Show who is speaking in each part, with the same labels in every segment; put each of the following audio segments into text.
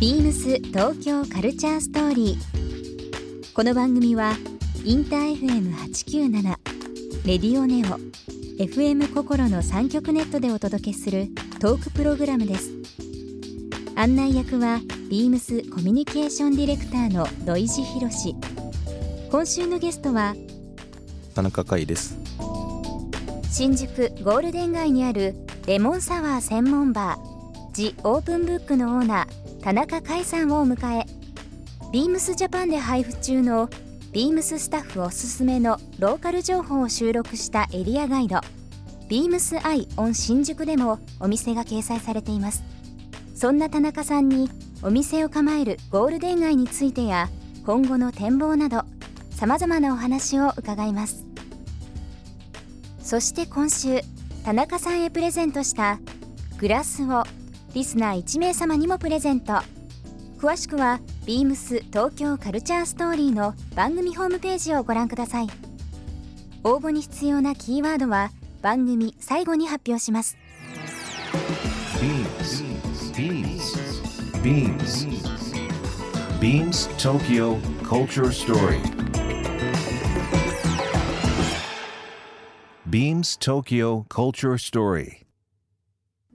Speaker 1: ビームス東京カルチャーストーリー。この番組はインター FM897 レディオネオ FM 心の三極ネットでお届けするトークプログラムです。案内役はビームスコミュニケーションディレクターの土井博志。今週のゲストは
Speaker 2: 田中海です。
Speaker 1: 新宿ゴールデン街にあるレモンサワー専門バージ・オープンブックのオーナー田中海さんをお迎えビームスジャパンで配布中のビームススタッフおすすめのローカル情報を収録したエリアガイドビームスアイオン新宿でもお店が掲載されていますそんな田中さんにお店を構えるゴールデン街についてや今後の展望などさまざまなお話を伺いますそして今週田中さんへプレゼントしたグラスをリスナー1名様にもプレゼント詳しくは beams 東京カルチャーストーリーの番組ホームページをご覧ください応募に必要なキーワードは番組最後に発表します
Speaker 3: BeamsBeamsBeamsTokyo Culture Story Beams Tokyo Culture Story.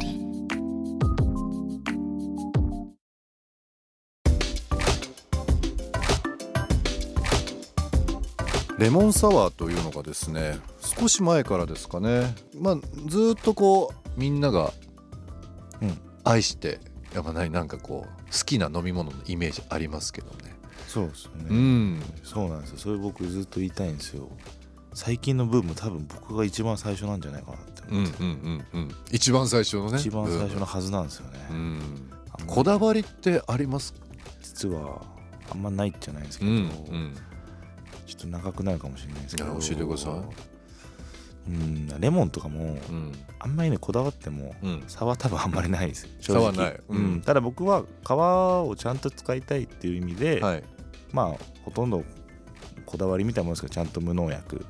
Speaker 4: リー
Speaker 5: レモンサワーというのがですね少し前からですかね、まあ、ずっとこうみんなが、うん、愛してやまないなんかこう好きな飲み物のイメージありますけどね
Speaker 2: そうですよね、うん、そうなんですよそれ僕ずっと言いたいんですよ最近のブーム多分僕が一番最初なんじゃないかなって思って、うん
Speaker 5: うん、一番最初のね
Speaker 2: 一番最初のはずなんですよね、
Speaker 5: こだわりってあります
Speaker 2: 実はあんまないじゃないですけど、ちょっと長くなるかもしれないですけど
Speaker 5: 教えてくださ
Speaker 2: いうんレモンとかも、うん、あんまりねこだわっても、うん、差は多分あんまりない です
Speaker 5: 差はない、
Speaker 2: うん、うん、ただ僕は皮をちゃんと使いたいっていう意味で、はい、まあほとんどこだわりみたいなものですけどちゃんと無農薬、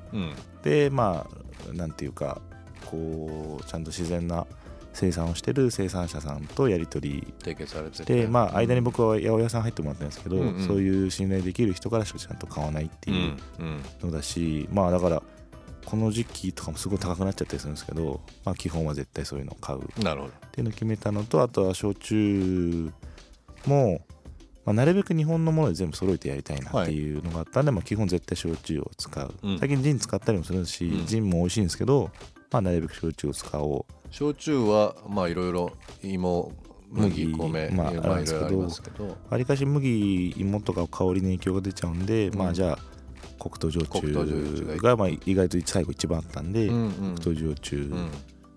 Speaker 2: でまあなんていうかこうちゃんと自然な生産をしてる生産者さんとやり取り
Speaker 5: 提携されて
Speaker 2: て、まあ、間に僕は八百屋さん入ってもらってるんですけど、うんうん、そういう信頼できる人からしかちゃんと買わないっていうのだし、うんうん、まあだからこの時期とかもすごい高くなっちゃったりするんですけど、まあ、基本は絶対そういうのを買う
Speaker 5: なるほど
Speaker 2: っていうのを決めたのとあとは焼酎も、まあ、なるべく日本のもので全部揃えてやりたいなっていうのがあったんで、はい、まあ、基本絶対焼酎を使う、うん、最近ジン使ったりもするし、うん、ジンも美味しいんですけど、まあ、なるべく焼酎を使おう
Speaker 5: 焼酎はまあいろいろ芋麦米
Speaker 2: まああるんですけどわりかし麦芋とか香りに影響が出ちゃうんで、うん、まあじゃあ黒糖焼酎がまあ意外と最後一番あったんで、うんうん、黒糖焼酎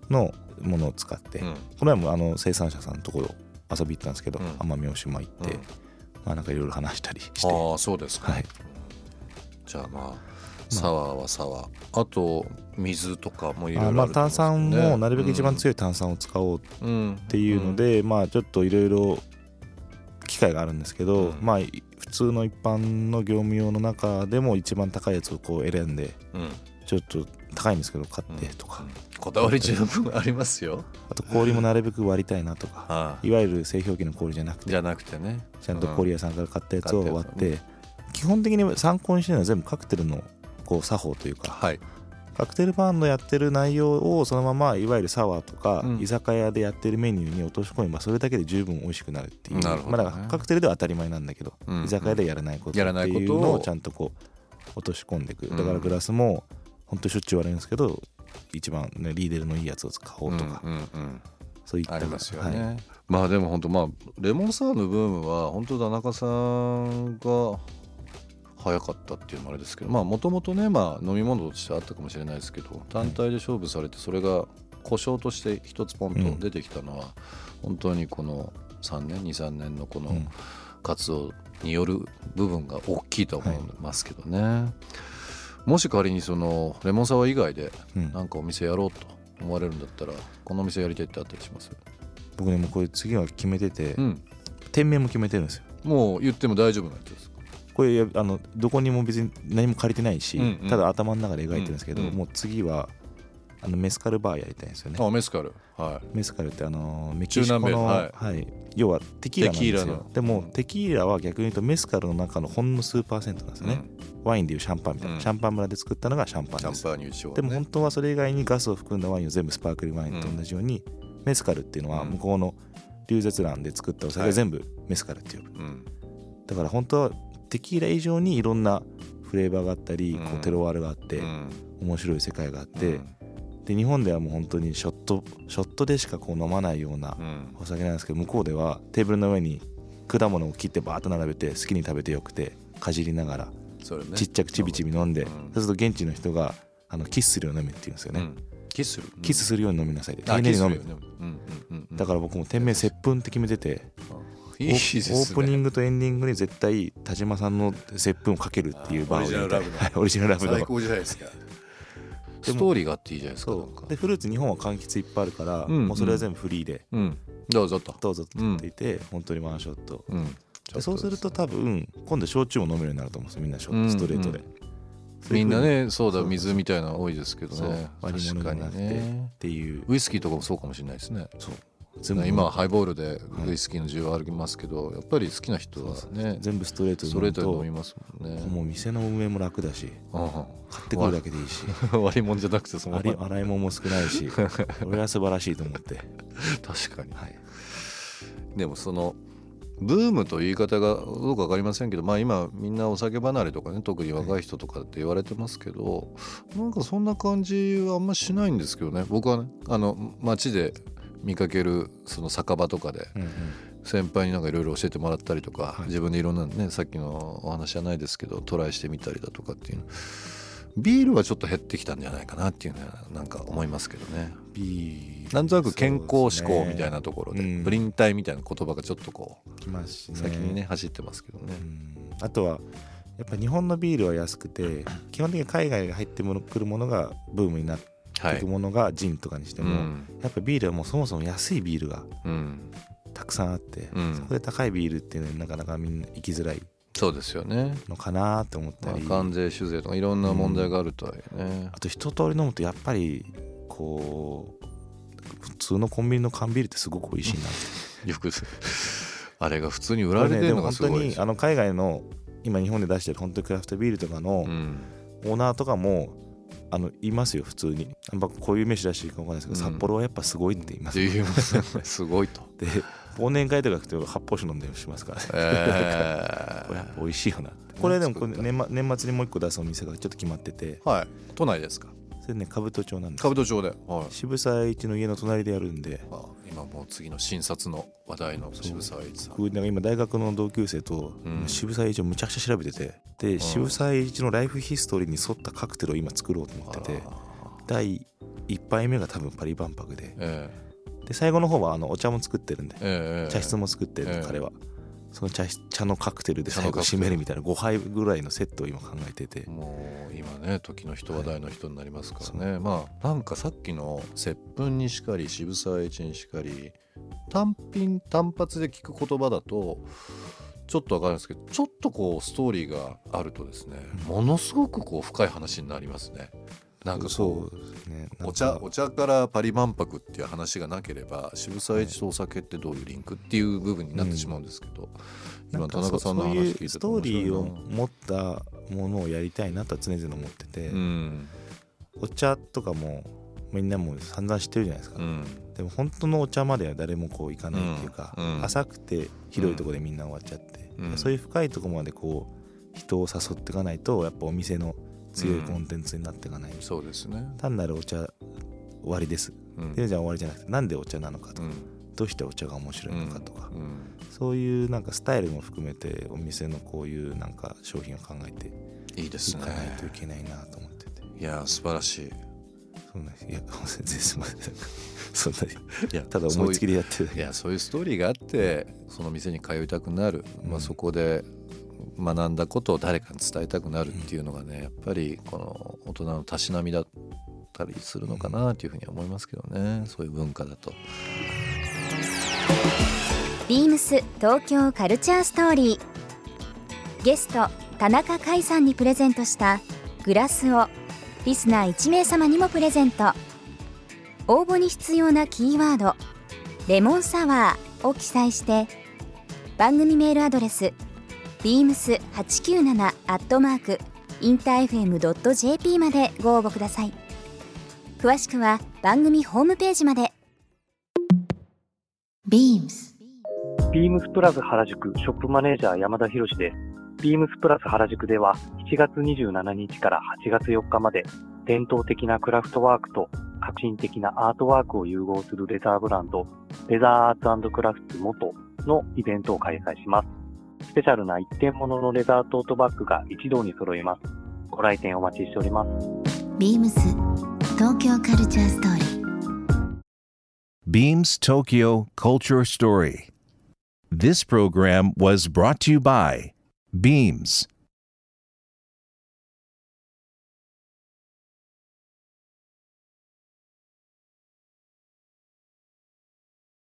Speaker 2: のものを使って、うん、この前もあの生産者さんのところ遊び行ったんですけど、うん、奄美大島行って、まあなんかいろいろ話したりして
Speaker 5: ああそうですか、
Speaker 2: はい、
Speaker 5: じゃあまあサワーはサワーあと水とかもいろいろ、
Speaker 2: ね、まあ炭酸もなるべく一番強い炭酸を使おうっていうので、うんうん、まあちょっといろいろ機会があるんですけど、うん、まあ普通の一般の業務用の中でも一番高いやつをこう選んで、ちょっと高いんですけど買ってとか、
Speaker 5: こだわり十分ありますよ
Speaker 2: あと氷もなるべく割りたいなとか、いわゆる製氷機の氷じゃなくて
Speaker 5: じゃなくてね
Speaker 2: ちゃんと氷屋さんから買ったやつを割って、基本的に参考にしてるのは全部カクテルのこう作法というか、
Speaker 5: はい、
Speaker 2: カクテルバーンのやってる内容をそのままいわゆるサワーとか、居酒屋でやってるメニューに落とし込めばそれだけで十分美味しくなるっていう、ね、まあ、だからカクテルでは当たり前なんだけど、うんうん、居酒屋でやらないことっていうのをちゃんとこう落とし込んでいく、だからグラスも本当しょっちゅう悪いんですけど一番、ね、リーデルのいいやつを使おうとか。うんうんうんそういった
Speaker 5: ありますよね、はい、まあでも本当まあレモンサワーのブームは本当田中さんが早かったっていうのもあれですけどもともとね、まあ、飲み物としてあったかもしれないですけど単体で勝負されてそれが故障として一つポンと出てきたのは、うん、本当にこの3年23年のこの活動による部分が大きいと思いますけどね、はい、もし仮にそのレモンサワー以外で何かお店やろうと思われるんだったらこのお店やりたいってあったりします
Speaker 2: 僕ねもうこれ次は決めてて、
Speaker 5: うん
Speaker 2: 店名も決めてるんですよ
Speaker 5: もう言っても大丈夫なやつですか
Speaker 2: これいやあのどこにも別に何も借りてないし、
Speaker 5: うんうん
Speaker 2: ただ頭の中で描いてるんですけど、
Speaker 5: うんうん
Speaker 2: もう次はあのメスカルバーやりたいんですよね
Speaker 5: あメスカルは
Speaker 2: メスカルってあのメキシコ
Speaker 5: 中
Speaker 2: の、は
Speaker 5: 南
Speaker 2: い要はテキーラなんです
Speaker 5: テキーラ
Speaker 2: よ
Speaker 5: の
Speaker 2: で
Speaker 5: う
Speaker 2: も
Speaker 5: ん
Speaker 2: テキーラは逆に言うとメスカルの中のほんの数パーセントなんです
Speaker 5: い、
Speaker 2: よね、ワインでいうシャンパンみたいな、
Speaker 5: うん
Speaker 2: シャンパン村で作ったのがシャンパン
Speaker 5: シャ
Speaker 2: で
Speaker 5: ン
Speaker 2: す
Speaker 5: パーニュ一応、ね、
Speaker 2: でも本当はそれ以外にガスを含んだワインを全部スパークリングワインと同じように、メスカルっていうのは
Speaker 5: うん
Speaker 2: 向こうの流絶蘭で作ったお酒
Speaker 5: はい
Speaker 2: 全部メスカルっていう、
Speaker 5: うん
Speaker 2: だから本当はテキーラ以上にいろんなフレーバーがあったり、
Speaker 5: うん
Speaker 2: こうテロワールがあって、
Speaker 5: うん
Speaker 2: 面白い世界があって、
Speaker 5: うん
Speaker 2: で日本ではもう本当にショットショットでしかこう飲まないような
Speaker 5: うん
Speaker 2: お酒なんですけど向こうではテーブルの上に果物を切ってバーッと並べて好きに食べてよくてかじりながら
Speaker 5: それね
Speaker 2: ちっちゃくちびちび飲んで、
Speaker 5: うん
Speaker 2: そうすると現地の人があのキスするように飲めって言うんですよ
Speaker 5: う
Speaker 2: ね、
Speaker 5: んキスする
Speaker 2: キス
Speaker 5: す
Speaker 2: するように飲みなさいって
Speaker 5: あ
Speaker 2: 丁寧
Speaker 5: キス
Speaker 2: に
Speaker 5: す
Speaker 2: 飲
Speaker 5: る
Speaker 2: め
Speaker 5: よねうんうんうん
Speaker 2: だから僕も店名「接吻」って決めてて
Speaker 5: いい
Speaker 2: オ
Speaker 5: ですね
Speaker 2: ープニングとエンディングに絶対田島さんの接吻をかけるっていうバーをやりたいはいオリジナルラブの
Speaker 5: 最高じゃないで すかストーリーがあっていいじゃないですかなん
Speaker 2: そ
Speaker 5: か
Speaker 2: うでフルーツ日本は柑橘いっぱいあるから、
Speaker 5: うん
Speaker 2: もうそれは全部フリーで
Speaker 5: うんどうぞと
Speaker 2: どうぞって言っていて、本当にワンショット
Speaker 5: うん
Speaker 2: でそうすると多分今度焼酎も飲めるようになると思うんですよみんなショ
Speaker 5: うん
Speaker 2: ストレートで、
Speaker 5: う
Speaker 2: そうい
Speaker 5: み
Speaker 2: うん風
Speaker 5: な
Speaker 2: に
Speaker 5: ねそうだ
Speaker 2: そう
Speaker 5: 水みたいなの多いですけど
Speaker 2: そう
Speaker 5: ね
Speaker 2: 割り
Speaker 5: 確
Speaker 2: 物
Speaker 5: か
Speaker 2: になっ
Speaker 5: に
Speaker 2: て
Speaker 5: ね
Speaker 2: っていう
Speaker 5: ウイスキーとかもそうかもしれないですね
Speaker 2: そう全部
Speaker 5: 今はハイボールでウイスキーの需要ありますけどやっぱり好きな人はね
Speaker 2: 全部ストレートで
Speaker 5: そ
Speaker 2: 飲
Speaker 5: れ
Speaker 2: む
Speaker 5: ぞれ飲
Speaker 2: と
Speaker 5: みますもんね
Speaker 2: もう店の運営も楽だし
Speaker 5: う
Speaker 2: 買ってくるだけでいいし
Speaker 5: ん 割り物じゃなくてその
Speaker 2: あり洗い物も少ない し俺は素晴らしいと思って
Speaker 5: 確かに
Speaker 2: はい
Speaker 5: でもそのブームという言い方がどうか分かりませんけどまあ今みんなお酒離れとかね特に若い人とかって言われてますけど、なんかそんな感じはあんましないんですけどね僕はねあの街で見かけるその酒場とかで
Speaker 2: うんうん
Speaker 5: 先輩になんかいろいろ教えてもらったりとか、
Speaker 2: はい
Speaker 5: 自分でいろんなねさっきのお話じゃないですけどトライしてみたりだとかっていうのビールはちょっと減ってきたんじゃないかなっていうのはなんか思いますけどね
Speaker 2: ビール
Speaker 5: なんとなく健康志向みたい
Speaker 2: そ
Speaker 5: な
Speaker 2: う
Speaker 5: ところで
Speaker 2: うん
Speaker 5: プリン体みたいな言葉がちょっとこう
Speaker 2: ですねきますしね
Speaker 5: 先にね走ってますけどね
Speaker 2: うんあとはやっぱ日本のビールは安くて基本的に海外が入ってくるものがブームになって
Speaker 5: はい
Speaker 2: くものがジンとかにして
Speaker 5: う
Speaker 2: も、
Speaker 5: ん
Speaker 2: やっぱビールはもうそもそも安いビールが
Speaker 5: うん
Speaker 2: たくさんあって、
Speaker 5: うん
Speaker 2: そこで高いビールっていうのはなかなかみんな行きづらい
Speaker 5: そうですよね、
Speaker 2: のかなって思っ
Speaker 5: ま
Speaker 2: た
Speaker 5: あ、
Speaker 2: り、
Speaker 5: 関税酒税とかいろんな問題があるとはいえね
Speaker 2: あと一通り飲むとやっぱりこう普通のコンビニの缶ビールってすごく美味しいなって
Speaker 5: よくあれが普通に売られてるのがす
Speaker 2: こ
Speaker 5: ご
Speaker 2: れね
Speaker 5: い
Speaker 2: でも本当にあの海外の今日本で出してる本当にクラフトビールとかの
Speaker 5: うん
Speaker 2: オーナーとかも、あのいますよ普通にあんまこういう飯出していいか分かんないですけど、
Speaker 5: うん
Speaker 2: 札幌はやっぱすごいって言います、
Speaker 5: っていうすごい と。
Speaker 2: で忘年会とか行くと発泡酒飲んだりしますからね
Speaker 5: え
Speaker 2: これやっぱ美味しいよなってこれでもこれ
Speaker 5: 作った
Speaker 2: 年末年末にもう一個出すお店がちょっと決まってて
Speaker 5: ーはい。都内ですか。
Speaker 2: それね兜町なんですよ
Speaker 5: 兜町で。はい。
Speaker 2: 渋沢栄一の家の隣でやるんで
Speaker 5: あ今もう次の新札の話題の渋沢栄一さん。
Speaker 2: 僕なんか今大学の同級生と
Speaker 5: うん
Speaker 2: 渋沢栄一をむちゃくちゃ調べててで渋沢栄一のライフヒストリーに沿ったカクテルを今作ろうと思ってて
Speaker 5: あら
Speaker 2: 第1杯目が多分パリ万博で
Speaker 5: え
Speaker 2: で最後の方はあのお茶も作ってるんで
Speaker 5: えええ
Speaker 2: 茶室も作ってるんで
Speaker 5: ええ
Speaker 2: 彼はその茶室茶のカクテルで最後締めるみたいな5杯ぐらいのセットを今考えてて
Speaker 5: もう今ね時の人話題の人になりますからね、まあなんかさっきの接吻にしかり渋沢栄一にしかり単品単発で聞く言葉だとちょっとわかるんないですけどちょっとこうストーリーがあるとですねものすごくこう深い話になりますね。なんかこう
Speaker 2: そうですねなんか
Speaker 5: お茶お茶からパリ万博っていう話がなければ渋沢栄一とお酒ってどういうリンクっていう部分になってしまうんですけど、
Speaker 2: な
Speaker 5: 今
Speaker 2: ん
Speaker 5: 田
Speaker 2: かそ
Speaker 5: 中
Speaker 2: う
Speaker 5: さんの
Speaker 2: そうい
Speaker 5: 話
Speaker 2: う
Speaker 5: 聞いて
Speaker 2: ス
Speaker 5: て
Speaker 2: トー
Speaker 5: 面白
Speaker 2: リ
Speaker 5: い
Speaker 2: ーを
Speaker 5: な
Speaker 2: 持ったものをやりたいなとは常々思ってて、
Speaker 5: うん
Speaker 2: お茶とかもみんなもう散々知ってるじゃないですか、
Speaker 5: うん
Speaker 2: でも本当のお茶までは誰もこう行かないっていうか、
Speaker 5: うんうん
Speaker 2: 浅くて広いところでみんな終わっちゃって、
Speaker 5: うん
Speaker 2: そういう深いところまでこう人を誘っていかないとやっぱお店の強いコンテンツになっていかない、
Speaker 5: そうですね、
Speaker 2: 単なるお茶終わりです
Speaker 5: うん
Speaker 2: っていうのじゃ終わりじゃなくてなんでお茶なのかと
Speaker 5: う
Speaker 2: か、
Speaker 5: ん
Speaker 2: どうしてお茶が面白いのかとか、
Speaker 5: うん
Speaker 2: そういうなんかスタイルも含めてお店のこういうなんか商品を考えて
Speaker 5: いいで
Speaker 2: い
Speaker 5: すね
Speaker 2: かないといけないなと思ってて。
Speaker 5: いや素晴らしい
Speaker 2: そうなんです。いや、 全然すみません。そんなに。
Speaker 5: いや
Speaker 2: ただ思いつきでやってるだ
Speaker 5: い
Speaker 2: け。
Speaker 5: やそういうストーリーがあってその店に通いたくなる、ま
Speaker 2: う
Speaker 5: あ、
Speaker 2: ん
Speaker 5: そこで学んだことを誰かに伝えたくなるっていうのがねやっぱりこの大人のたしなみだったりするのかなというふうには思いますけどねそういう文化だと。
Speaker 1: ビームス東京カルチャーストーリーゲスト田中海さんにプレゼントしたグラスをリスナー1名様にもプレゼント応募に必要なキーワード「レモンサワー」を記載して番組メールアドレス beams897-infm.jp までご応募ください詳しくは番組ホームページまで
Speaker 4: Beams
Speaker 6: ビームスプラス原宿ショップマネージャー山田博です。ビームスプラス原宿では7月27日から8月4日まで伝統的なクラフトワークと革新的なアートワークを融合するレザーブランド、レザーアーツクラフト元のイベントを開催します。スペシャルな一点物のレザートートバッグが一堂に揃います。ご来店お待ちしております。
Speaker 4: Beams 東京カルチャーストーリー
Speaker 3: Beams Tokyo Culture Story. This program was brought to you by Beams